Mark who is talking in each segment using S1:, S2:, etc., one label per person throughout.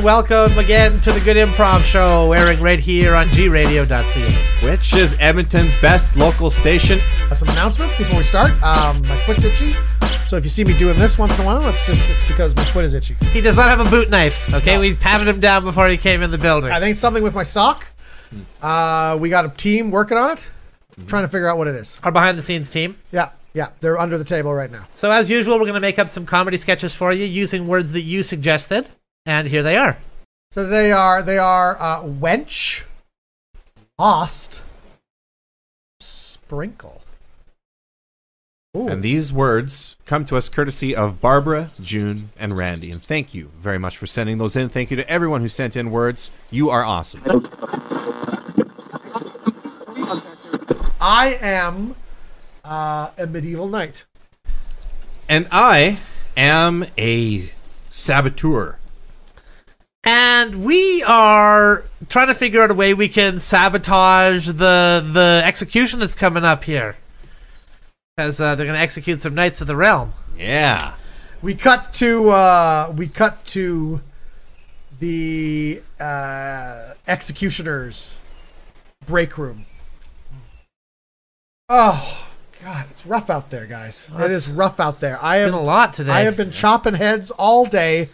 S1: welcome again to the Good Improv Show, airing right here on gradio.ca.
S2: Which is Edmonton's best local station.
S3: Some announcements before we start. Um, my foot's itchy, so if you see me doing this once in a while, it's just it's because my foot is itchy.
S1: He does not have a boot knife, okay? We patted him down before he came in the building.
S3: I think it's something with my sock. Uh, we got a team working on it, trying to figure out what it is.
S1: Our behind the scenes team.
S3: Yeah, yeah, they're under the table right now.
S1: So, as usual, we're going to make up some comedy sketches for you using words that you suggested. And here they are.
S3: So they are they are uh, wench, lost, sprinkle. Ooh.
S2: And these words come to us courtesy of Barbara, June, and Randy. And thank you very much for sending those in. Thank you to everyone who sent in words. You are awesome.
S3: I am uh, a medieval knight.
S2: And I am a saboteur.
S1: And we are trying to figure out a way we can sabotage the the execution that's coming up here. Because uh, they're going to execute some Knights of the Realm.
S2: Yeah.
S3: We cut to uh, we cut to the uh, executioner's break room. Oh God, it's rough out there, guys. it is rough out there. I
S1: Been
S3: am
S1: a lot today.
S3: I have been chopping heads all day,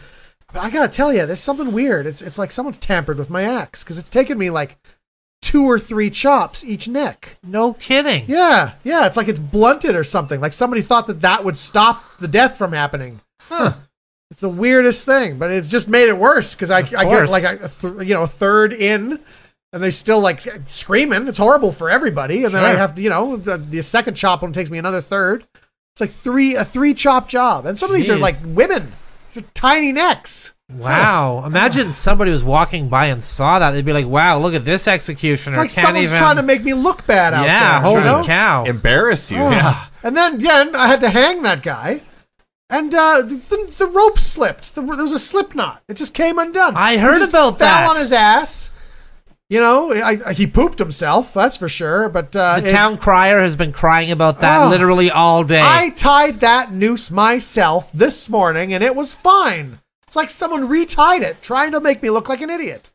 S3: but I gotta tell you, there's something weird. It's it's like someone's tampered with my axe because it's taken me like two or three chops each neck.
S1: No kidding.
S3: Yeah, yeah. It's like it's blunted or something. Like somebody thought that that would stop the death from happening. Huh. It's the weirdest thing, but it's just made it worse because I, I get
S1: course.
S3: like a th- you know a third in, and they still like screaming. It's horrible for everybody, and then I
S1: Sure.
S3: have to you know the, the second chop one takes me another third. It's like three a three chop job, and some of these are
S1: Jeez.
S3: like women, These are tiny necks.
S1: Wow. Imagine somebody was walking by and saw that. They'd be like, wow, look at this executioner.
S3: It's like
S1: Can't
S3: someone's
S1: even-
S3: trying to make me look bad out
S1: Yeah,
S3: there. you
S1: holy
S3: know?
S1: cow.
S2: Embarrass you.
S3: Ugh.
S2: Yeah.
S3: Ah. And then, then I had to hang that guy, and uh, the, the, the rope slipped. The, there was a slip knot. It just came undone.
S1: I
S3: He
S1: heard
S3: just
S1: about
S3: fell
S1: that.
S3: on his ass. You know, I, I- he pooped himself. That's for sure. But uh,
S1: The
S3: it-
S1: town crier has been crying about that
S3: Ugh.
S1: literally all day.
S3: Oh. I tied that noose myself this morning, and it was fine. It's like someone retied it, trying to make me look like an idiot.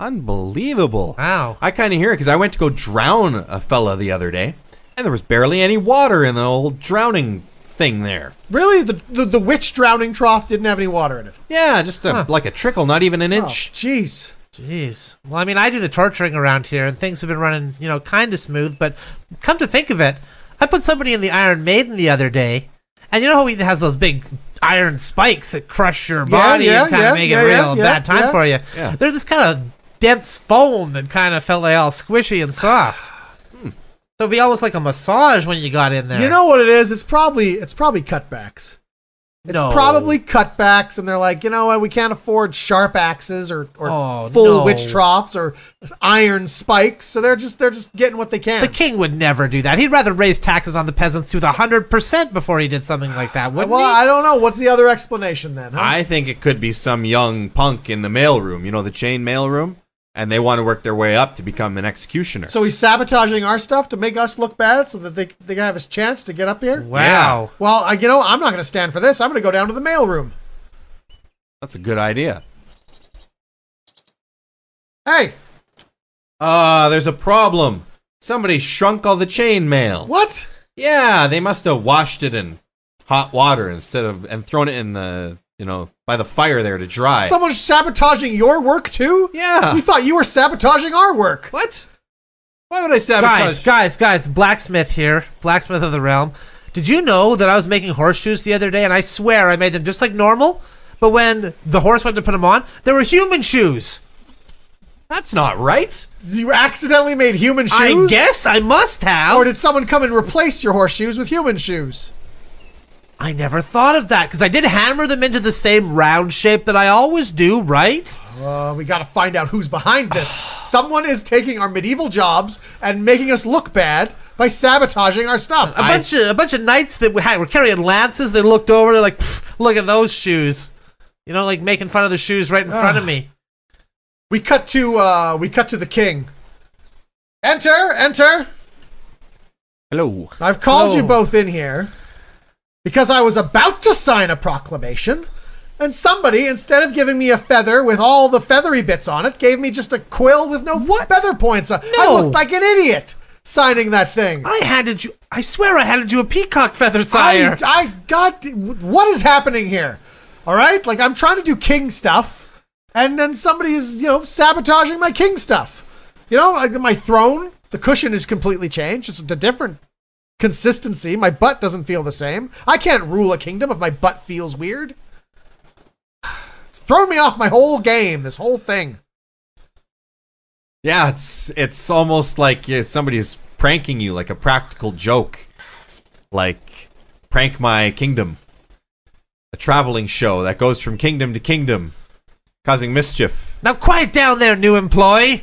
S2: Unbelievable.
S1: Wow.
S2: I kind of hear it because I went to go drown a fella the other day, and there was barely any water in the old drowning thing there.
S3: Really, the the, the witch drowning trough didn't have any water in it.
S2: Yeah, just a, like a trickle, not even an
S3: Oh,
S2: inch.
S3: jeez.
S1: Jeez. Well, I mean, I do the torturing around here, and things have been running, you know, kind of smooth. But come to think of it, I put somebody in the Iron Maiden the other day, and you know how he has those big iron spikes that crush your body
S3: yeah,
S1: and kind of
S3: yeah,
S1: make
S3: yeah,
S1: it real
S3: yeah,
S1: bad
S3: yeah,
S1: time
S3: yeah.
S1: for you.
S2: Yeah.
S1: There's this kind of dense foam that kind of felt like all squishy and soft. So it'd be almost like a massage when you got in there.
S3: You know what it is? It's probably it's probably cutbacks. It's
S1: No.
S3: probably cutbacks, and they're like, you know what? We can't afford sharp axes or, or
S1: Oh,
S3: full
S1: no.
S3: witch troughs or iron spikes. So they're just they're just getting what they can.
S1: The king would never do that. He'd rather raise taxes on the peasants to the hundred percent before he did something like that, wouldn't
S3: Uh, well,
S1: he?
S3: I don't know. What's the other explanation then? huh?
S2: I think it could be some young punk in the mailroom, you know, the chain mailroom, and they want to work their way up to become an executioner.
S3: so he's sabotaging our stuff to make us look bad, so that they they can have his chance to get up here.
S1: wow.
S3: Well, I, you know, I'm not going to stand for this. I'm going to go down to the mailroom.
S2: That's a good idea.
S3: Hey,
S2: Ah, there's a problem. Somebody shrunk all the chain mail.
S3: what?
S2: Yeah, they must have washed it in hot water instead of and thrown it in the you know by the fire there to dry.
S3: Someone's sabotaging your work too?
S2: Yeah.
S3: We thought you were sabotaging our work.
S2: what? Why would I sabotage?
S1: guys, guys, guys, blacksmith here, blacksmith of the realm. Did you know that I was making horseshoes the other day, and I swear I made them just like normal, but when the horse went to put them on, they were human shoes.
S2: That's not right.
S3: You accidentally made human shoes?
S1: I guess I must have.
S3: Or did someone come and replace your horseshoes with human shoes?
S1: I never thought of that because I did hammer them into the same round shape that I always do, right?
S3: Uh, we gotta find out who's behind this. someone is taking our medieval jobs and making us look bad by sabotaging our stuff.
S1: A bunch of a bunch of knights that we had, were carrying lances. They looked over. They're like, "Pfft, "Look at those shoes," you know, like making fun of the shoes right in front of me.
S3: we cut to uh, we cut to the king. Enter, enter.
S2: Hello.
S3: I've called you
S1: Hello.
S3: both in here because I was about to sign a proclamation And somebody, instead of giving me a feather with all the feathery bits on it, gave me just a quill with no feather points. on- I
S1: No.
S3: looked like an idiot signing that thing.
S1: I handed you. I swear I handed you a peacock feather,
S3: I,
S1: sire.
S3: I got. What is happening here? All right, like I'm trying to do king stuff, and then somebody is you know sabotaging my king stuff. You know, like my throne, the cushion is completely changed. It's a different consistency. My butt doesn't feel the same. I can't rule a kingdom if my butt feels weird. It's thrown me off my whole game. This whole thing.
S2: Yeah, it's it's almost like yeah, somebody's pranking you, like a practical joke, like prank my kingdom, a traveling show that goes from kingdom to kingdom, causing mischief.
S1: now quiet down there, new employee.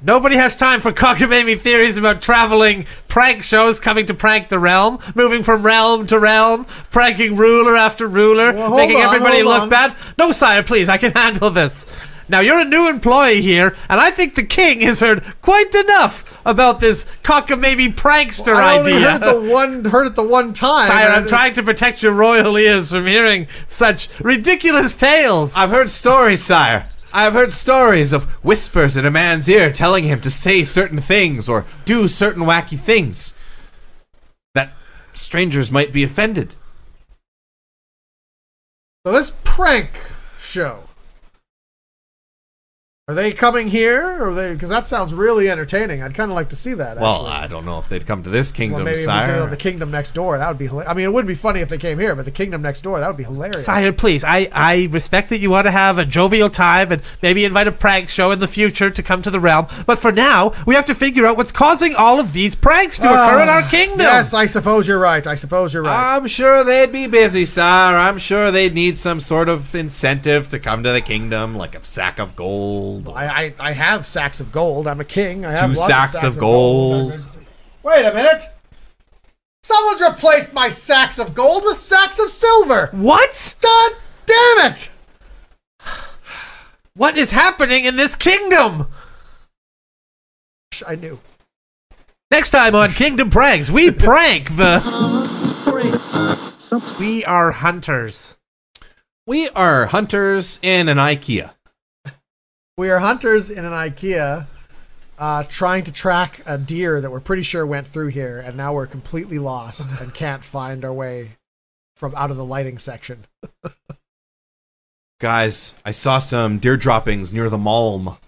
S1: Nobody has time for cockamamie theories about traveling prank shows coming to prank the realm, moving from realm to realm, pranking ruler after ruler,
S3: Well, hold
S1: making
S3: on,
S1: everybody
S3: hold
S1: look
S3: on.
S1: bad. No, sire, please, I can handle this. Now you're a new employee here, and I think the king has heard quite enough about this cockamamie prankster
S3: I only
S1: idea.
S3: heard the one heard it the one time.
S1: Sire,
S3: and
S1: I'm
S3: I-
S1: trying to protect your royal ears from hearing such ridiculous tales.
S2: I've heard stories, sire. I've heard stories of whispers in a man's ear telling him to say certain things or do certain wacky things that strangers might be offended.
S3: So this prank show. Are they coming here? Or are they? Because that sounds really entertaining. I'd kind of like to see that. Actually.
S2: Well, uh, I don't know if they'd come to this
S3: Well,
S2: kingdom,
S3: maybe if we did it
S2: sire.
S3: on the kingdom next door, that would be. Hilarious. I mean, it would be funny if they came here, but the kingdom next door, that would be hilarious.
S1: Sire, please, I, I respect that you want to have a jovial time and maybe invite a prank show in the future to come to the realm, but for now, we have to figure out what's causing all of these pranks to occur in our kingdom.
S3: Uh, Ah, Yes, I suppose you're right. I suppose you're right.
S2: I'm sure they'd be busy, sire. I'm sure they'd need some sort of incentive to come to the kingdom, like a sack of gold.
S3: I, I I have sacks of gold. I'm a king. I have
S2: Uh, Two
S3: lots
S2: sacks of
S3: of sacks of gold.
S2: gold.
S3: Wait a minute. Someone's replaced my sacks of gold with sacks of silver.
S1: What?
S3: God damn it!
S1: What is happening in this kingdom?
S3: I knew.
S1: Next time on Kingdom Pranks, we prank the. We are hunters.
S2: We are hunters in an IKEA.
S3: We are hunters in an IKEA, uh, trying to track a deer that we're pretty sure went through here, and now we're completely lost and can't find our way from out of the lighting section.
S2: Guys, I saw some deer droppings near the Malm.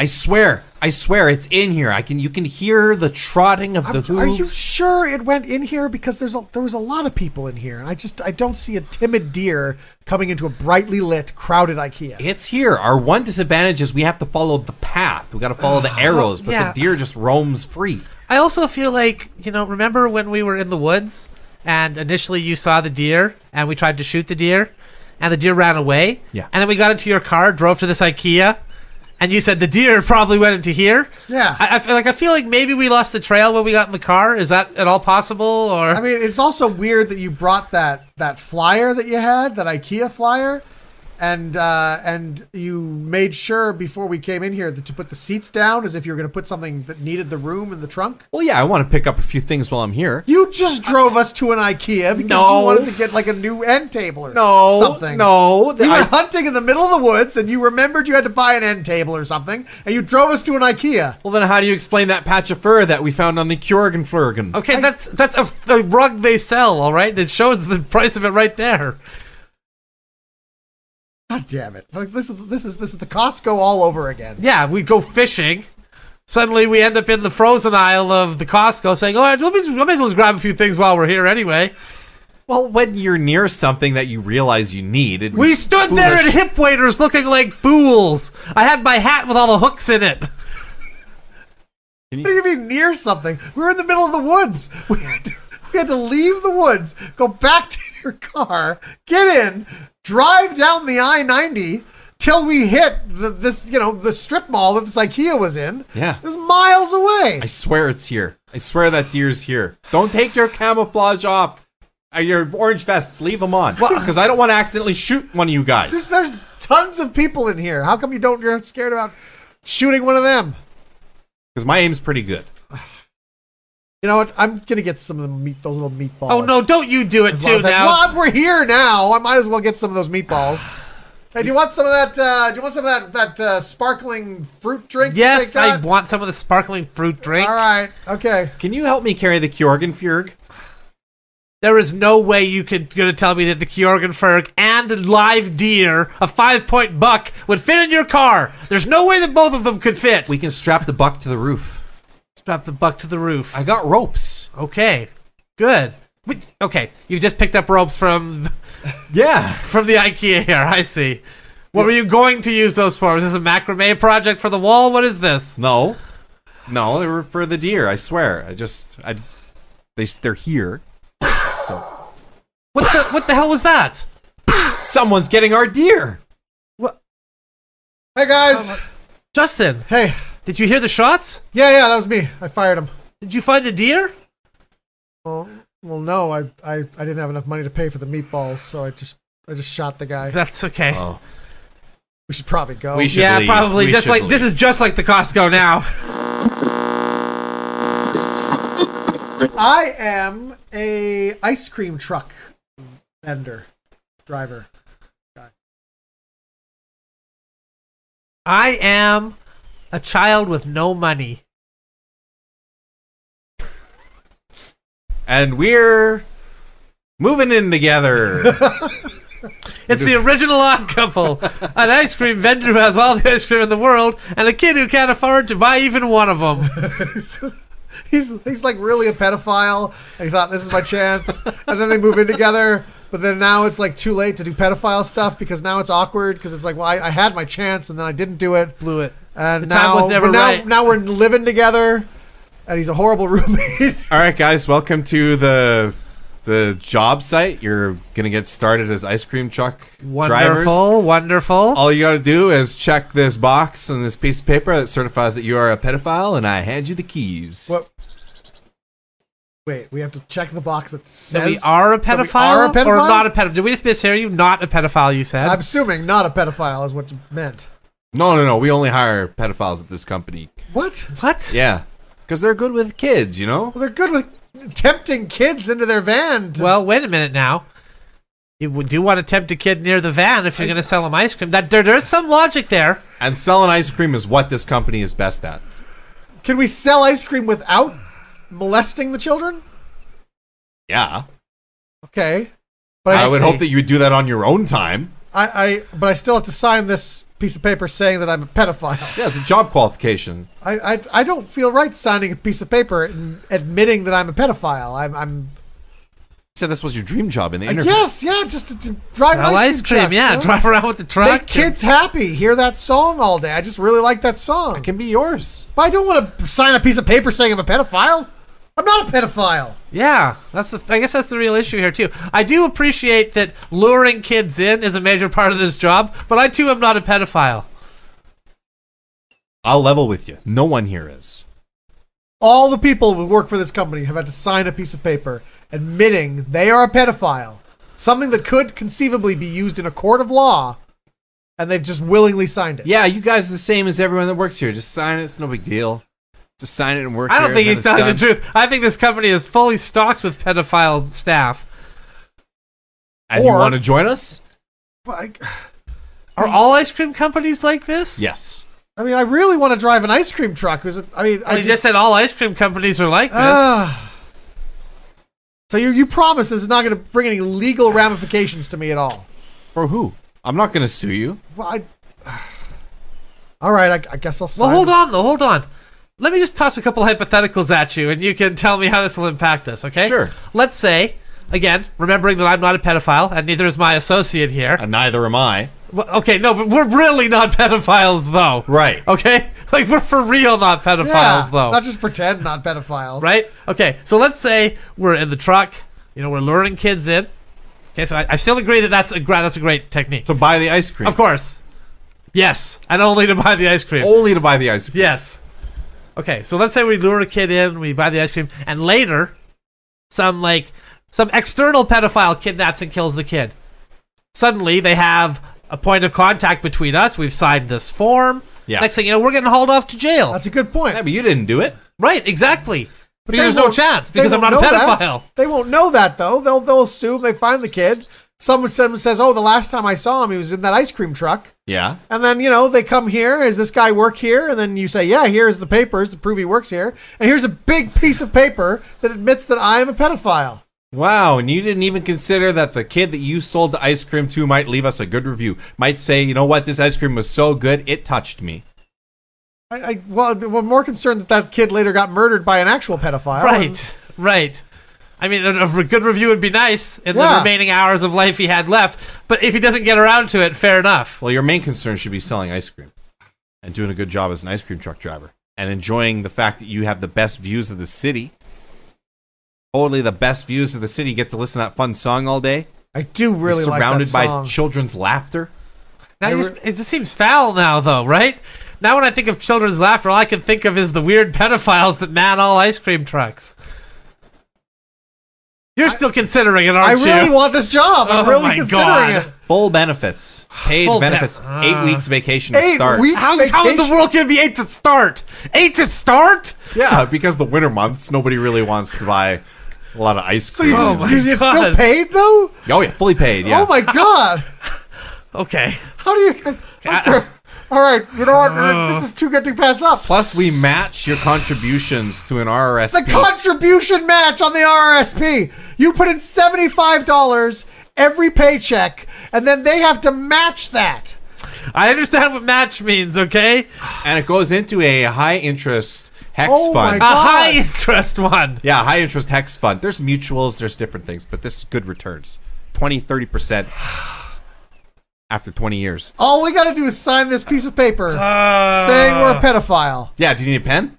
S2: I swear, I swear it's in here. I can you can hear the trotting of the
S3: Are, are you
S2: hooves.
S3: sure it went in here? Because there's a, there was a lot of people in here, and I just I don't see a timid deer coming into a brightly lit, crowded IKEA.
S2: It's here. Our one disadvantage is we have to follow the path. We got to follow the arrows, but
S1: yeah.
S2: the deer just roams free.
S1: I also feel like, you know, remember when we were in the woods and initially you saw the deer and we tried to shoot the deer and the deer ran away?
S2: Yeah.
S1: And then we got into your car, drove to this IKEA, and you said the deer probably went into here.
S3: Yeah.
S1: I, I feel like I feel like maybe we lost the trail when we got in the car. Is that at all possible or
S3: I mean, it's also weird that you brought that that flyer that you had, that IKEA flyer, and uh, and you made sure before we came in here that to put the seats down as if you were going to put something that needed the room in the trunk.
S2: Well, yeah, I want to pick up a few things while I'm here.
S3: You just drove us to an IKEA because
S2: No.
S3: you wanted to get like a new end table or
S2: No,
S3: something.
S2: No,
S3: You
S2: th-
S3: were
S2: I-
S3: hunting in the middle of the woods and you remembered you had to buy an end table or something, and you drove us to an IKEA.
S2: well, then how do you explain that patch of fur that we found on the Kurgan Flurgan?
S1: Okay, that's that's a, the rug they sell, all right? It shows the price of it right there.
S3: God damn it. Like this is this is this is the Costco all over again.
S1: Yeah, we go fishing. Suddenly, we end up in the frozen aisle of the Costco, saying, "All right, let me, let me just grab a few things while we're here, anyway."
S2: Well, when you're near something that you realize you need, it
S1: We stood there at hip waiters looking like fools. I had my hat with all the hooks in it.
S3: What do you mean near something? We were in the middle of the woods. We had to, we had to leave the woods, go back to your car, get in, drive down the I ninety till we hit the, this you know the strip mall that this IKEA was in.
S2: Yeah.
S3: it was miles away.
S2: I swear it's here. I swear that deer's here. Don't take your camouflage off. Uh, your orange vests, leave them on. Because I don't want to accidentally shoot one of you guys.
S3: There's, there's tons of people in here. How come you don't? You're scared about shooting one of them?
S2: Because my aim's pretty good.
S3: You know what? I'm gonna get some of the meat, those little meatballs.
S1: Oh no, don't you do it
S3: As long
S1: too
S3: as I-
S1: now.
S3: well, we're here now. I might as well get some of those meatballs. Hey, do you want some of that? Uh, do you want some of that that uh, sparkling fruit drink? that
S1: Yes,
S3: they
S1: I
S3: got?
S1: want some of the sparkling fruit drink.
S3: All right. Okay.
S2: Can you help me carry the Kjorgenfjörg?
S1: There is no way you could gonna tell me that the Kjorgenferg and a live deer, a five point buck, would fit in your car. There's no way that both of them could fit.
S2: We can strap the buck to the roof.
S1: strap the buck to the roof.
S2: I got ropes.
S1: Okay, good. Wait, Okay, you just picked up ropes from
S2: Yeah.
S1: from the IKEA here. I see. What were you going to use those for? Is this a macrame project for the wall? What is this?
S2: No. No, they were for the deer. I swear. I just, I, they, s- they're here. So
S1: What the what the hell was that?
S2: someone's getting our deer.
S1: What,
S3: Hey guys.
S1: Justin,
S3: hey.
S1: did you hear the shots?
S3: Yeah, yeah. That was me. I fired him.
S1: Did you find the deer?
S3: Well, well, no. I, I, I didn't have enough money to pay for the meatballs, so I just, I just shot the guy.
S1: That's okay.
S2: Oh,
S3: We should probably go.
S2: We should
S1: yeah,
S2: leave.
S1: probably.
S2: We
S1: just
S2: should
S1: like this
S2: leave.
S1: is just like the Costco now.
S3: I am a ice cream truck vendor, driver.
S1: I am a child with no money.
S2: and we're moving in together.
S1: It's the original odd couple. An ice cream vendor who has all the ice cream in the world, and a kid who can't afford to buy even one of them.
S3: he's he's like really a pedophile. And he thought this is my chance, and then they move in together. But then now it's like too late to do pedophile stuff because now it's awkward because it's like, well, I, I had my chance and then I didn't do it,
S1: Blew it.
S3: and
S1: The
S3: now
S1: time was never
S3: but now,
S1: right.
S3: now we're living together, and he's a horrible roommate.
S2: All right, guys, welcome to the the job site. You're gonna get started as ice cream truck
S1: Wonderful,
S2: drivers.
S1: wonderful.
S2: All you gotta do is check this box and this piece of paper that certifies that you are a pedophile, and I hand you the keys.
S3: what? Wait, we have to check the box that says
S1: so we are a
S3: that we
S1: pedophile,
S3: are a
S1: or
S3: pedophile?
S1: not a pedophile? Did we just mishear you? Not a pedophile, you said.
S3: I'm assuming not a pedophile is what you meant.
S2: No, no, no. We only hire pedophiles at this company.
S3: What?
S1: what?
S2: Yeah, because they're good with kids, you know.
S3: Well, they're good with tempting kids into their van. To,
S1: Well, wait a minute now. You would- do want to tempt a kid near the van if you're going to sell him ice cream. That there, there's some logic there.
S2: And selling ice cream is what this company is best at.
S3: Can we sell ice cream without molesting the children?
S2: Yeah,
S3: Okay, but I,
S2: I,
S3: s-
S2: would
S1: see.
S2: hope that you would do that on your own time.
S3: I, I- but I still have to sign this piece of paper saying that I'm a pedophile.
S2: Yeah, it's a job qualification.
S3: I, I, I don't feel right signing a piece of paper and admitting that I'm a pedophile. I'm, I'm
S2: You said this was your dream job
S1: Uh,
S2: in the
S3: I
S2: interview.
S3: guess, yeah, just to, to drive an
S1: Sell
S3: ice cream, truck,
S1: yeah.
S3: you know?
S1: Drive around with the truck.
S3: Make kids happy. Hear that song all day. I just really like that song.
S2: It can be yours.
S3: But I don't want to sign a piece of paper saying I'm a pedophile. I'm not a pedophile.
S1: Yeah, that's the. I guess that's the real issue here too. I do appreciate that luring kids in is a major part of this job, but I too am not a pedophile.
S2: I'll level with you. No one here is.
S3: All the people who work for this company have had to sign a piece of paper admitting they are a pedophile, something that could conceivably be used in a court of law, and they've just willingly signed it.
S2: Yeah, you guys are the same as everyone that works here. Just sign it. It's no big deal. Just sign it and work.
S1: I don't
S2: here,
S1: think
S2: and
S1: he's
S2: then it's
S1: telling the
S2: done.
S1: truth. I think this company is fully stocked with pedophile staff.
S2: And you
S3: Or-
S2: want to join us?
S3: Like,
S1: Are all ice cream companies like this?
S2: Yes.
S3: I mean, I really want to drive an ice cream truck. Is it, I mean,
S1: Well,
S3: I
S1: he just
S3: just.
S1: said all ice cream companies are like this.
S3: Ah. so you, you promise this is not going to bring any legal ramifications to me at all.
S2: For who? I'm not going to sue you.
S3: Well, I. All right, I, I guess I'll sign.
S1: well, hold on though. Hold on. Let me just toss a couple hypotheticals at you, and you can tell me how this will impact us. Okay?
S2: Sure.
S1: Let's say. Again, remembering that I'm not a pedophile, and neither is my associate here.
S2: And neither am I.
S1: Well, okay, no, but we're really not pedophiles, though.
S2: Right.
S1: Okay? Like, we're for real not pedophiles,
S3: Yeah,
S1: though.
S3: Not just pretend not pedophiles.
S1: right? Okay, so let's say we're in the truck. You know, we're luring kids in. Okay, so I, I still agree that that's a, gra- that's a great technique.
S2: To buy the ice cream.
S1: Of course. Yes, and only to buy the ice cream.
S3: Oh.
S2: Only to buy the ice cream.
S1: Yes. Okay, so let's say we lure a kid in, we buy the ice cream, and later, some like some external pedophile kidnaps and kills the kid. Suddenly, they have a point of contact between us. We've signed this form.
S2: Yeah.
S1: Next thing you know, we're getting hauled off to jail.
S3: That's a good point.
S2: Yeah, but you didn't do it.
S1: right? Exactly.
S3: But
S1: Because
S3: they
S1: there's no
S3: won't-
S1: chance,
S3: they
S1: because I'm
S3: won't
S1: not a
S3: know that.
S1: pedophile.
S3: They won't know that though. They'll they'll assume they find the kid. Someone, someone says, "Oh, the last time I saw him, he was in that ice cream truck."
S2: Yeah.
S3: And then you know they come here. Does this guy work here? And then you say, "Yeah, here's the papers to prove he works here." And here's a big piece of paper that admits that I am a pedophile.
S2: Wow, and you didn't even consider that the kid that you sold the ice cream to might leave us a good review. Might say, you know what, this ice cream was so good, it touched me.
S3: I, I well, I'm more concerned that that kid later got murdered by an actual pedophile. And-
S1: Right, right. I mean, a, a good review would be nice in the
S3: Yeah.
S1: remaining hours of life he had left. But if he doesn't get around to it, fair enough.
S2: Well, your main concern should be selling ice cream and doing a good job as an ice cream truck driver and enjoying the fact that you have the best views of the city. Totally the best views of the city. You get to listen to that fun song all day.
S3: I do
S2: You're
S3: really
S2: surrounded by
S3: like that song.
S2: children's laughter.
S1: Now
S3: I
S1: you
S3: re-
S1: just, it just seems foul now, though, right? Now when I think of children's laughter, all I can think of is the weird pedophiles that man all ice cream trucks. You're still considering it,
S3: I
S1: aren't you?
S3: really want this job. I'm
S1: Oh
S3: really
S1: my
S3: considering
S1: God.
S3: it.
S2: Full benefits. Paid
S1: Full ben-
S2: benefits.
S1: Ah.
S2: eight weeks vacation to
S3: uh, Eight
S2: start.
S3: weeks
S1: How, how in the
S3: vacation.
S1: world can it be eight to start? Eight to start?
S2: Yeah, because the winter months, nobody really wants to buy a lot of ice
S3: So
S2: cream.
S3: you just,
S1: Oh my
S3: you- it's still
S1: God.
S3: paid though?
S2: oh yeah, fully paid. Yeah.
S3: Oh my god!
S1: Okay.
S3: How do you? Okay. All right, you know what?
S1: Oh.
S3: This is too good to pass up.
S2: Plus, we match your contributions to an
S3: The
S2: RRSP.
S3: contribution match on the RRSP. You put in seventy-five dollars every paycheck, and then they have to match that.
S1: I understand what match means, okay?
S2: and it goes into a high interest hex
S3: Oh
S2: fund.
S3: my
S1: A
S3: God.
S1: high interest one.
S2: Yeah, high interest hex fund. There's mutuals, there's different things, but this is good returns 20, 30% after 20 years.
S3: All we got to do is sign this piece of paper saying we're
S1: Uh. Ah.
S3: a pedophile.
S2: Yeah, do you need a pen?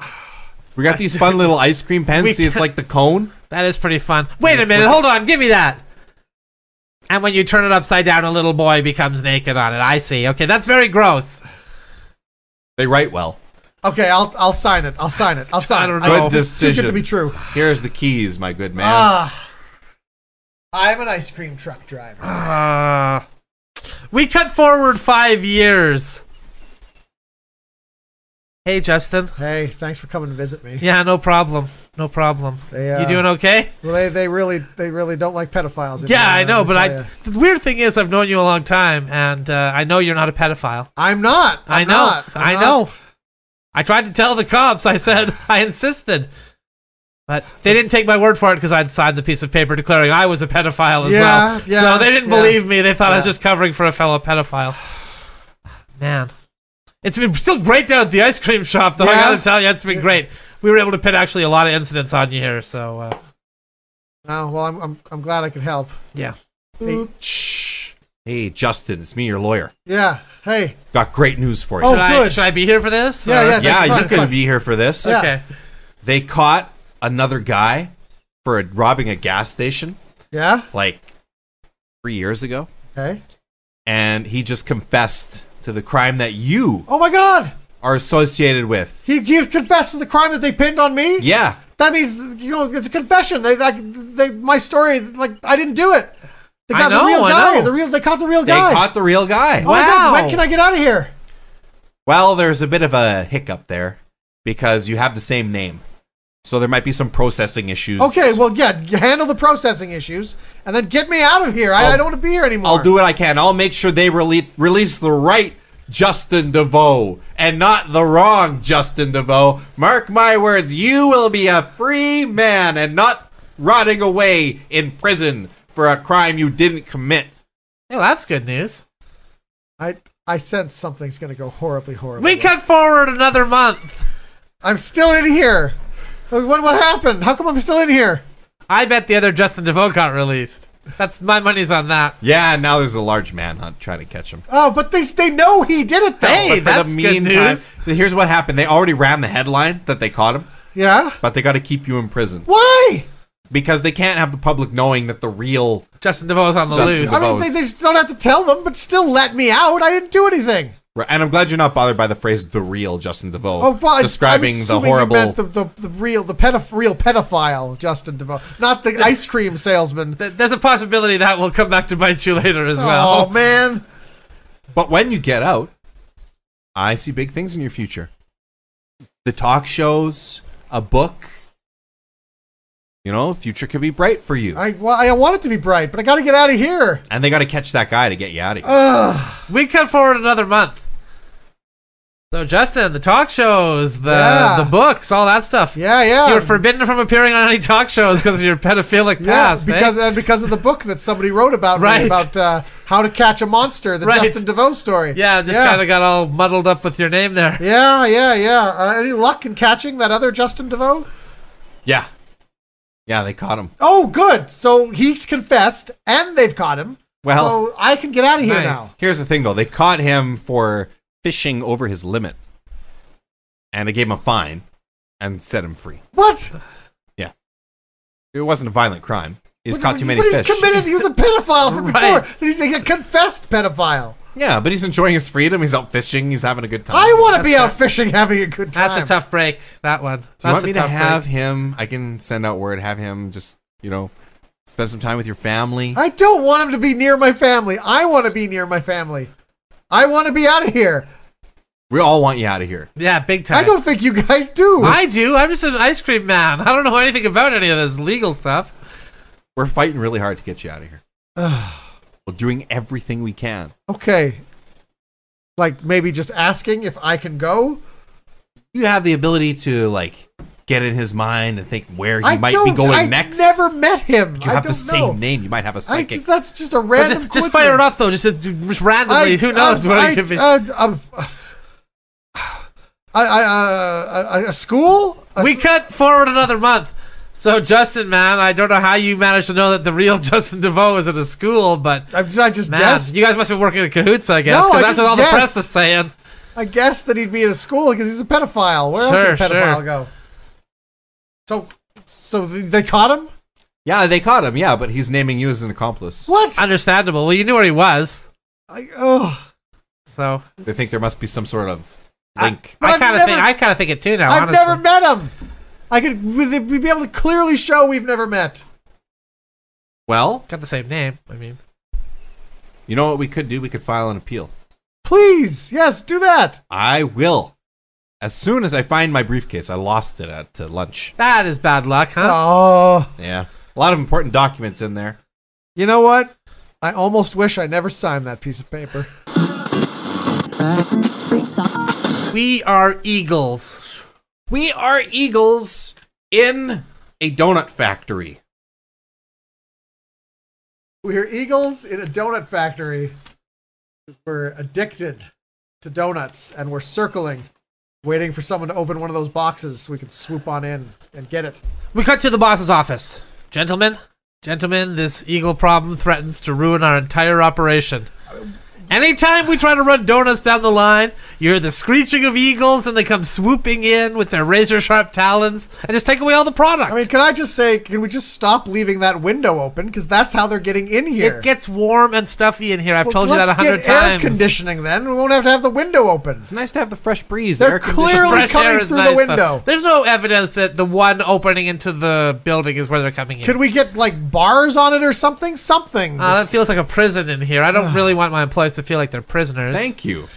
S2: We got these fun little ice cream
S1: We
S2: pens. See, it's
S1: can-
S2: like the cone.
S1: That is pretty fun. Wait a minute, hold on, give me that. And when you turn it upside down, a little boy becomes naked on it. I see. Okay, that's very gross.
S2: They write well.
S3: Okay, I'll I'll sign it. I'll sign it. I'll sign it.
S1: don't
S3: I-
S1: know.
S2: Good
S3: it's too good to
S2: decision.
S3: be true.
S2: Here's the keys, my good man.
S3: Ah, I'm an ice cream truck driver.
S1: Uh, we cut forward five years. Hey, Justin.
S3: Hey, thanks for coming to visit me.
S1: Yeah, no problem. No problem.
S3: They, uh,
S1: you doing okay?
S3: Well, they they really they really don't like pedophiles. in
S1: Yeah,
S3: Iran,
S1: I know,
S3: let me
S1: but I.
S3: tell ya.
S1: The weird thing is, I've known you a long time, and uh, I know you're not a pedophile.
S3: I'm not. I'm
S1: I know.
S3: not, I'm
S1: I
S3: not.
S1: know. I tried to tell the cops. I said I insisted, but they didn't take my word for it because I'd signed the piece of paper declaring I was a pedophile as
S3: Yeah,
S1: well.
S3: yeah,
S1: so they didn't
S3: yeah.
S1: believe me. They thought I was
S3: Yeah.
S1: just covering for a fellow pedophile. Man, it's been still great down at the ice cream shop, though. I
S3: Yeah.
S1: gotta tell you, it's been great. We were able to pin actually a lot of incidents on you here. So uh,
S3: Oh, well, I'm, I'm I'm glad I could help.
S1: yeah,
S3: Ah.
S2: Shh. Hey, Justin, it's me, your lawyer.
S3: Yeah. Hey.
S2: Got great news for you.
S3: Oh,
S1: should I,
S3: good.
S1: should I be here for this?
S3: Yeah,
S1: or-
S2: yeah,
S3: yeah, that's fine,
S2: you're
S3: that's
S2: going to
S3: fine.
S2: be here for this.
S3: Yeah.
S1: Okay.
S2: They caught another guy for robbing a gas station
S3: Yeah.
S2: like three years ago,
S3: Okay.
S2: and he just confessed to the crime that you
S3: Oh my God.
S2: are associated with.
S3: He, he confessed to the crime that they pinned on me.
S2: Yeah,
S3: That means you know it's a confession. They like they my story like I didn't do it. They
S1: I
S3: got
S1: know,
S3: the real
S1: I
S3: guy.
S1: know.
S3: The real. They caught the real
S2: they
S3: guy.
S2: caught the real guy.
S3: oh my
S1: Wow.
S3: God. When can I get out of here?
S2: Well, there's a bit of a hiccup there because you have the same name, so there might be some processing issues.
S3: Okay. Well, yeah. you Handle the processing issues and then get me out of here. I,
S1: Oh.
S3: I don't want to be here anymore.
S2: I'll do what I can. I'll make sure they release release the right Justin DeVoe and not the wrong Justin DeVoe. Mark my words, you will be a free man and not rotting away in prison for a crime you didn't commit.
S1: Well, that's good news.
S3: I I sense something's gonna go horribly horribly.
S1: We cut forward another month.
S3: I'm still in here. What what happened? How come I'm still in here?
S1: I bet the other Justin DeVoe got released. That's my money's on that.
S2: Yeah, now there's a large manhunt trying to catch him.
S3: Oh, but they they know he did it though.
S1: Hey!
S2: for
S1: that's good news.
S2: th- here's what happened. They already ran the headline that they caught him,
S3: Yeah.
S2: but they got to keep you in prison
S3: Why?
S2: because they can't have the public knowing that the real
S1: Justin DeVoe's on the
S2: Justin
S1: loose.
S2: DeVoe.
S3: I mean, they, they just don't have to tell them, but still let me out. I didn't do anything.
S2: And I'm glad you're not bothered by the phrase "the real Justin DeVoe,"
S3: Oh, well, I- I'm
S2: describing the
S3: assuming you
S2: horrible.
S3: meant the, the, the real the pedoph- real pedophile Justin DeVoe, not the ice cream salesman.
S1: Th- There's a possibility that will come back to bite you later as
S3: Oh
S1: well.
S3: man,
S2: but when you get out, I see big things in your future. The talk shows, a book, You know, future could be bright for you.
S3: I well, I want it to be bright, but I got to get out of here.
S2: and they got to catch that guy to get you out
S3: Oh.
S2: of here.
S3: Ugh.
S1: We cut forward another month. So Justin, the talk shows, the
S3: Yeah.
S1: the books, all that stuff.
S3: Yeah, yeah.
S1: You were forbidden from appearing on any talk shows because of your pedophilic
S3: yeah,
S1: past. eh?
S3: because and because of the book that somebody wrote about me,
S1: Right.
S3: about uh, how to catch a monster, the
S1: Right.
S3: Justin DeVoe story.
S1: yeah, just
S3: yeah.
S1: kind of got all muddled up with your name there.
S3: Yeah, yeah, yeah. Uh, any luck in catching that other Justin DeVoe?
S2: yeah. Yeah, they caught him.
S3: Oh, good. So he's confessed, and they've caught him.
S2: Well,
S3: so I can get out of here
S1: Nice.
S3: now.
S2: here's the thing though. They caught him for fishing over his limit. And they gave him a fine and set him free.
S3: What?
S2: It wasn't a violent crime. He just
S3: But-
S2: caught too many
S3: but he's
S2: fish.
S3: committed. He was a pedophile from before.
S1: Right.
S3: He's a confessed pedophile.
S2: yeah, but he's enjoying his freedom. He's out fishing. He's having a good time.
S3: I want to
S1: That's
S3: be out
S1: tough.
S3: fishing, having a good time.
S1: That's a tough break. That one.
S2: Do you
S1: That's
S2: want
S1: a
S2: me to
S1: tough
S2: have
S1: break.
S2: him? I can send out word. Have him just you know spend some time with your family.
S3: I don't want him to be near my family. I want to be near my family. I want to be out of here.
S2: We all want you out of here.
S1: Yeah, big time.
S3: I don't think you guys do.
S1: I do. I'm just an ice cream man. I don't know anything about any of this legal stuff.
S2: We're fighting really hard to get you out of here. We're doing everything we can.
S3: okay. Like maybe just asking if I can go.
S2: You have the ability to like get in his mind and think where he
S3: I
S2: might
S3: don't,
S2: be going
S3: I
S2: next.
S3: never met him.
S2: But you
S3: I
S2: have the
S3: don't
S2: same
S3: know.
S2: name. You might have a
S3: I,
S2: psychic.
S3: that's just a
S1: But
S3: random.
S1: just fire it
S3: coincidence.
S1: off though, just, uh, just randomly. Who knows
S3: um,
S1: what
S3: I,
S1: it could be?
S3: Uh, um, I, I, uh, a, a school? A
S1: we
S3: s-
S1: cut forward another month. So Justin, man, I don't know how you managed to know that the real Justin DeVoe is at a school, but
S3: I just, I just
S1: man,
S3: guessed.
S1: you guys must be working in cahoots, I guess,
S3: No, I
S1: because that's
S3: just
S1: what all the press
S3: guessed.
S1: is saying.
S3: I guessed that he'd be at a school because he's a pedophile. Where
S1: Sure,
S3: else would a pedophile
S1: sure.
S3: go? So, so th- they caught him.
S2: yeah, they caught him. Yeah, but he's naming you as an accomplice.
S3: What?
S1: Understandable. Well, you knew where he was,
S3: I, oh,
S1: so
S2: They think there must be some sort of
S1: I-
S2: link.
S1: I,
S3: I've
S1: kind of
S3: never-
S1: think I kind of think it too now.
S3: I've
S1: honestly.
S3: never met him. I could we'd we'd be able to clearly show we've never met.
S2: well,
S1: got the same name. I mean,
S2: you know what we could do? We could file an appeal.
S3: Please, yes, do that.
S2: I will. As soon as I find my briefcase, I lost it at uh, lunch.
S1: that is bad luck, huh?
S3: Oh,
S2: Yeah. A lot of important documents in there.
S3: you know what? I almost wish I never signed that piece of paper.
S4: Free socks.
S3: Oh.
S1: We are eagles.
S2: We are eagles in a donut factory.
S3: We're eagles in a donut factory. 'Cause We're addicted to donuts and we're circling, waiting for someone to open one of those boxes so we can swoop on in and get it.
S1: We cut to the boss's office, gentlemen. Gentlemen, this eagle problem threatens to ruin our entire operation. Anytime we try to run donuts down the line, you hear the screeching of eagles and they come swooping in with their razor sharp talons and just take away all the product.
S3: I mean, can I just say, can we just stop leaving that window open? Because that's how they're getting in here.
S1: it gets warm and stuffy in here. I've
S3: Well,
S1: told you that a
S3: let's
S1: hundred
S3: get air
S1: times.
S3: conditioning then. We won't have to have the window open.
S2: It's nice to have the fresh breeze.
S3: They're
S2: the air conditioning.
S3: clearly-
S1: Fresh
S3: coming
S1: air is
S3: through the
S1: nice, but
S3: window.
S1: There's no evidence that the one opening into the building is where they're coming in.
S3: Could we get like bars on it or something? Something.
S1: Ah, that
S3: Just- Ah.
S1: feels like a prison in here. I don't really want my employees to feel like they're prisoners.
S2: Thank you.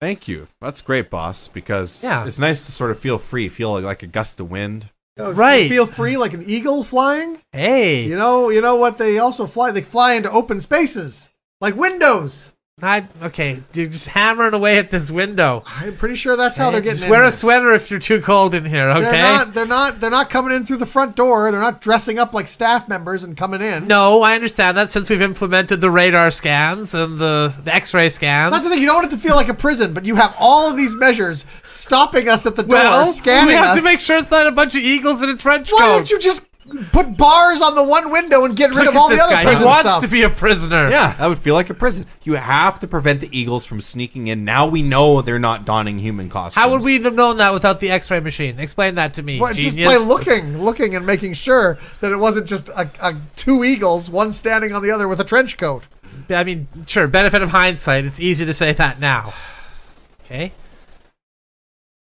S2: Thank you. That's great, boss, because
S1: Yeah.
S2: it's nice to sort of feel free, feel like a gust of wind.
S3: uh,
S1: right.
S3: Feel free like an eagle flying.
S1: Hey,
S3: You know, you know what they also fly? They fly into open spaces, like windows.
S1: I okay. You're just hammering away at this window.
S3: I'm pretty sure that's how they're getting.
S1: Just
S3: in
S1: wear
S3: there.
S1: a sweater if you're too cold in here. Okay.
S3: They're not. They're not. They're not coming in through the front door. They're not dressing up like staff members and coming in.
S1: No, I understand that since we've implemented the radar scans and the, the X-ray scans.
S3: That's the thing. You don't want it to feel like a prison, but you have all of these measures stopping us at the door,
S1: well,
S3: scanning
S1: we have
S3: us.
S1: to make sure it's not a bunch of eagles in a trench coat.
S3: Why don't you just put bars on the one window and get rid
S1: Look
S3: of
S1: at
S3: all the
S1: this
S3: other
S1: guy.
S3: prison
S1: He wants
S3: stuff?
S1: to be a prisoner.
S2: Yeah, that would feel like a prison. You have to prevent the eagles from sneaking in. Now we know they're not donning human costumes.
S1: How would we have known that without the X-ray machine? Explain that to me,
S3: Well,
S1: genius.
S3: just by looking, looking, and making sure that it wasn't just a, a two eagles, one standing on the other with a trench coat.
S1: I mean, sure, benefit of hindsight, it's easy to say that now. Okay?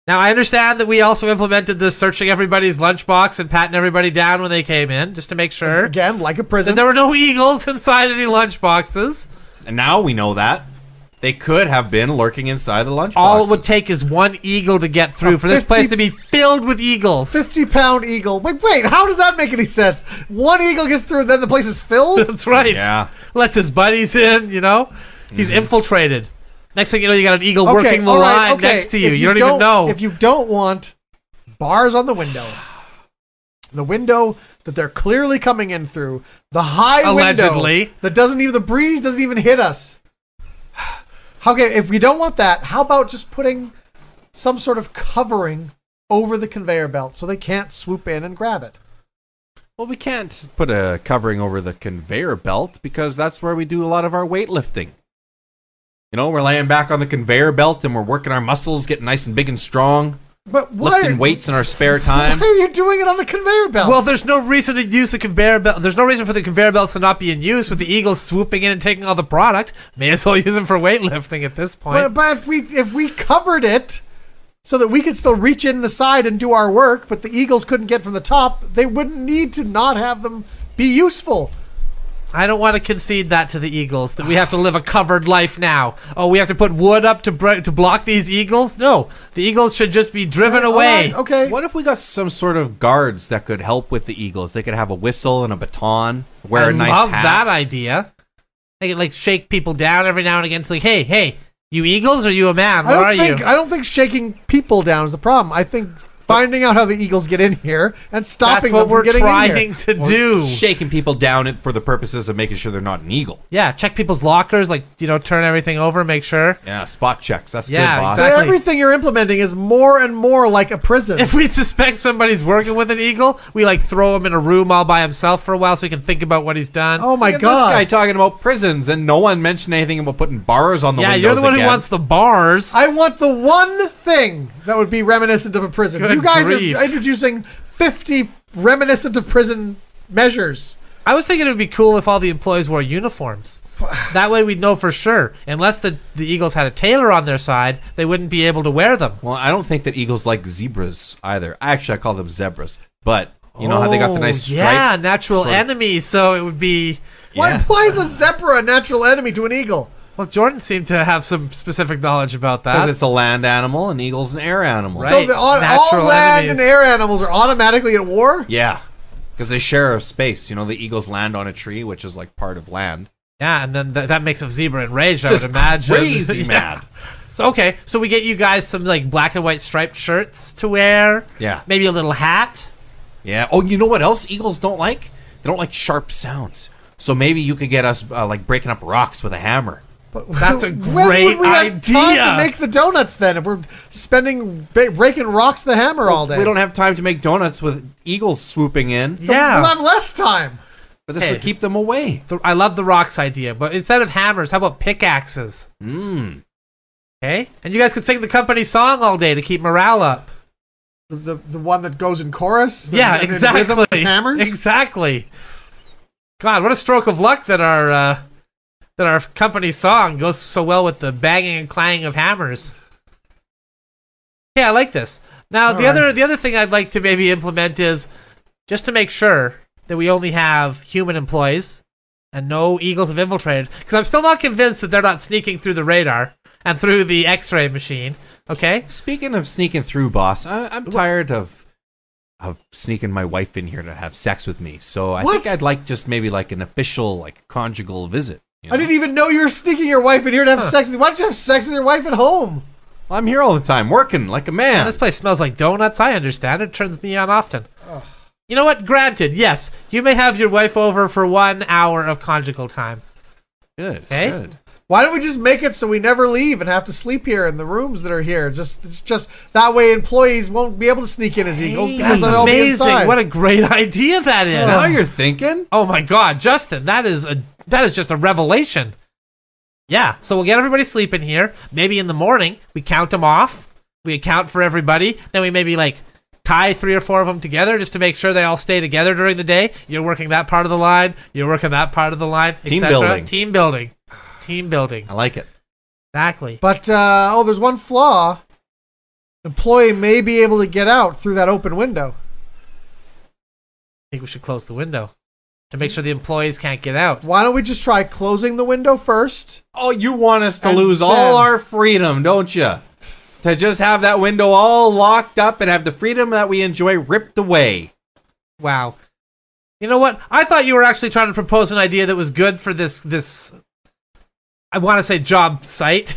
S1: Now, I understand that we also implemented this searching everybody's lunchbox and patting everybody down when they came in, just to make sure
S3: Again, like a prison.
S1: that there were no eagles inside any lunchboxes.
S2: And now we know that. They could have been lurking inside the lunchbox.
S1: All it would take is one eagle to get through for this
S3: 50
S1: place to be filled with eagles.
S3: 50 pound eagle. Wait, wait, how does that make any sense? One eagle gets through, then the place is filled?
S1: That's right.
S2: Yeah.
S1: Lets his buddies in, you know? He's infiltrated. Next thing you know, you got an eagle working the
S3: all right,
S1: line next to you.
S3: If
S1: You, don't, even know.
S3: If you don't want bars on the window, the window that they're clearly coming in through, the high
S1: Allegedly.
S3: window that doesn't even, the breeze doesn't even hit us. Okay, if we don't want that, how about just putting some sort of covering over the conveyor belt so they can't swoop in and grab it?
S2: Well, we can't put a covering over the conveyor belt because that's where we do a lot of our weightlifting. You know, we're laying back on the conveyor belt and we're working our muscles, getting nice and big and strong,
S3: But why?
S2: lifting weights in our spare time.
S3: Why are you doing it on the conveyor belt?
S1: well, there's no reason to use the conveyor belt. There's no reason for the conveyor belts to not be in use with the eagles swooping in and taking all the product. May as well use them for weightlifting at this point.
S3: But, but if we if we covered it so that we could still reach in the side and do our work, but the Eagles couldn't get from the top, they wouldn't need to not have them be useful.
S1: I don't want to concede that to the Eagles that we have to live a covered life now. Oh, we have to put wood up to br- to block these Eagles? No, the Eagles should just be driven away.
S3: All right, okay.
S2: What if we got some sort of guards that could help with the Eagles? They could have a whistle and a baton, wear
S1: I
S2: a nice
S1: love
S2: hat.
S1: that idea. They could like shake people down every now and again. It's like, hey, hey, you Eagles? Or are you a man?
S3: I
S1: What are
S3: don't think
S1: you?
S3: I don't think shaking people down is the problem. I think finding out how the Eagles get in here and
S1: That's
S3: stopping
S1: what
S3: them
S1: we're
S3: from getting in
S1: trying to
S3: here.
S1: do.
S2: Shaking people down it- for the purposes of making sure they're not an eagle.
S1: yeah, check people's lockers. Like you know, turn everything over, make sure.
S2: Yeah, spot checks. That's
S1: Yeah,
S2: good, boss.
S1: exactly.
S3: Everything you're implementing is more and more like a prison.
S1: If we suspect somebody's working with an eagle, we like throw him in a room all by himself for a while so he can think about what he's done.
S3: oh my
S2: Look at This guy
S3: god.
S2: talking about prisons, and no one mentioned anything about putting bars on the
S1: yeah,
S2: windows.
S1: you're the one
S2: again.
S1: who wants the bars.
S3: I want the one thing that would be reminiscent of a prison.
S1: Good
S3: you guys
S1: grief.
S3: are introducing 50 reminiscent of prison measures.
S1: I was thinking it would be cool if all the employees wore uniforms. That way we'd know for sure. Unless the, the Eagles had a tailor on their side, they wouldn't be able to wear them.
S2: Well, I don't think that eagles like zebras either. Actually, I call them zebras, but you know how they got the nice
S1: Oh,
S2: stripe.
S1: Yeah, natural
S2: sort of-
S1: enemy, so it would be
S3: Why,
S2: Yeah.
S3: why is a zebra a natural enemy to an eagle?
S1: well Jordan seemed to have some specific knowledge about
S2: Because
S1: that.
S2: it's a land animal, and eagle's an air animal.
S1: Right,
S3: so the, all,
S1: natural
S3: all land and
S1: enemies.
S3: air animals are automatically at war?
S2: Yeah, because they share a space. You know, the eagles land on a tree, which is like part of land.
S1: Yeah, and then th- that makes a zebra enraged, I would
S2: Just
S1: imagine.
S2: crazy
S1: Yeah.
S2: mad.
S1: So okay, so we get you guys some like black and white striped shirts to wear.
S2: Yeah.
S1: Maybe a little hat.
S2: Yeah. Oh, you know what else eagles don't like? They don't like sharp sounds. So maybe you could get us uh, like breaking up rocks with a hammer.
S3: But
S1: That's a
S3: when
S1: great
S3: would we have
S1: idea.
S3: time to make the donuts then if we're spending ba- breaking rocks with the hammer all day?
S2: We don't have time to make donuts with eagles swooping in,
S3: So
S1: yeah.
S3: We'll have less time.
S2: but this
S1: Hey.
S2: would keep them away.
S1: The- I love the rocks idea, but instead of hammers, how about pickaxes? Hmm.
S2: Mm.
S1: Okay? And you guys could sing the company song all day to keep morale up.
S3: The, the, the one that goes in chorus? and-
S1: yeah,
S3: and in
S1: exactly.
S3: rhythm with hammers?
S1: Exactly. God, what a stroke of luck that our uh, that our company song goes so well with the banging and clanging of hammers. Yeah, I like this. Now, the
S3: All
S1: other the other thing I'd like to maybe implement is just to make sure that we only have human employees and no eagles have infiltrated because I'm still not convinced that they're not sneaking through the radar and through the X-ray machine. Okay.
S2: Speaking of sneaking through, boss, I- I'm tired of of sneaking my wife in here to have sex with me. So I
S3: What?
S2: think I'd like just maybe like an official like conjugal visit. you
S3: I
S2: know?
S3: didn't even know you were sneaking your wife in here to have sex with you. Why don't you have sex with your wife at home?
S1: e-
S2: Well, I'm here all the time working like a man.
S1: This place smells like donuts. I understand. It turns me on often. You know what? Granted, yes, you may have your wife over for one hour of conjugal time.
S2: good.
S1: Okay.
S2: Good.
S3: Why don't we just make it so we never leave and have to sleep here in the rooms that are here? Just, it's just that way employees won't be able to sneak in as eagles because
S1: That's
S3: they'll all be
S1: amazing.
S3: inside.
S1: What a great idea that is.
S2: Now you're thinking.
S1: Oh my god, Justin, that is a that is just a revelation. Yeah, so we'll get everybody sleeping here. Maybe in the morning we count them off. We account for everybody. Then we maybe like tie three or four of them together just to make sure they all stay together during the day. You're working that part of the line. You're working that part of the line. et
S2: Team
S1: cetera.
S2: building.
S1: Team building. Team building.
S2: I like it.
S1: Exactly.
S3: but uh, oh, there's one flaw. Employee may be able to get out through that open window.
S1: I think we should close the window. to make sure the employees can't get out.
S3: Why don't we just try closing the window first?
S2: Oh, you want us to
S3: And
S2: lose
S3: then-
S2: all our freedom, don't you? To just have that window all locked up and have the freedom that we enjoy ripped away.
S1: Wow. You know what? I thought you were actually trying to propose an idea that was good for this this I want to say job site.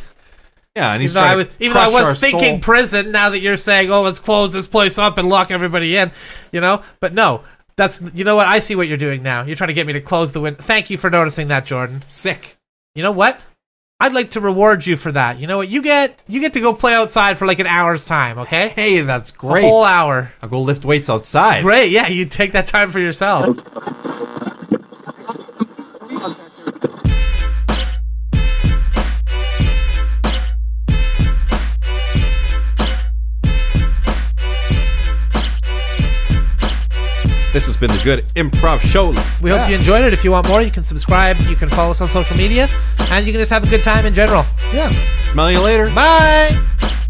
S2: Yeah, and he's
S1: Even though I
S2: trying
S1: was
S2: to
S1: even though I
S2: crush our
S1: was thinking
S2: soul.
S1: prison, now that you're saying, "Oh, let's close this place up and lock everybody in," you know? But no. That's you know what? I see what you're doing now. You're trying to get me to close the window. Thank you for noticing that, Jordan.
S2: sick.
S1: You know what? I'd like to reward you for that. You know what? You get you get to go play outside for like an hour's time, okay?
S2: Hey, that's
S1: A
S2: great.
S1: whole hour.
S2: I'll go lift weights outside.
S1: Great, yeah, you take that time for yourself.
S2: This has been the good improv show.
S1: We hope you enjoyed it. If you want more, you can subscribe, you can follow us on social media, and you can just have a good time in general.
S3: Yeah.
S2: Smell you later.
S1: Bye!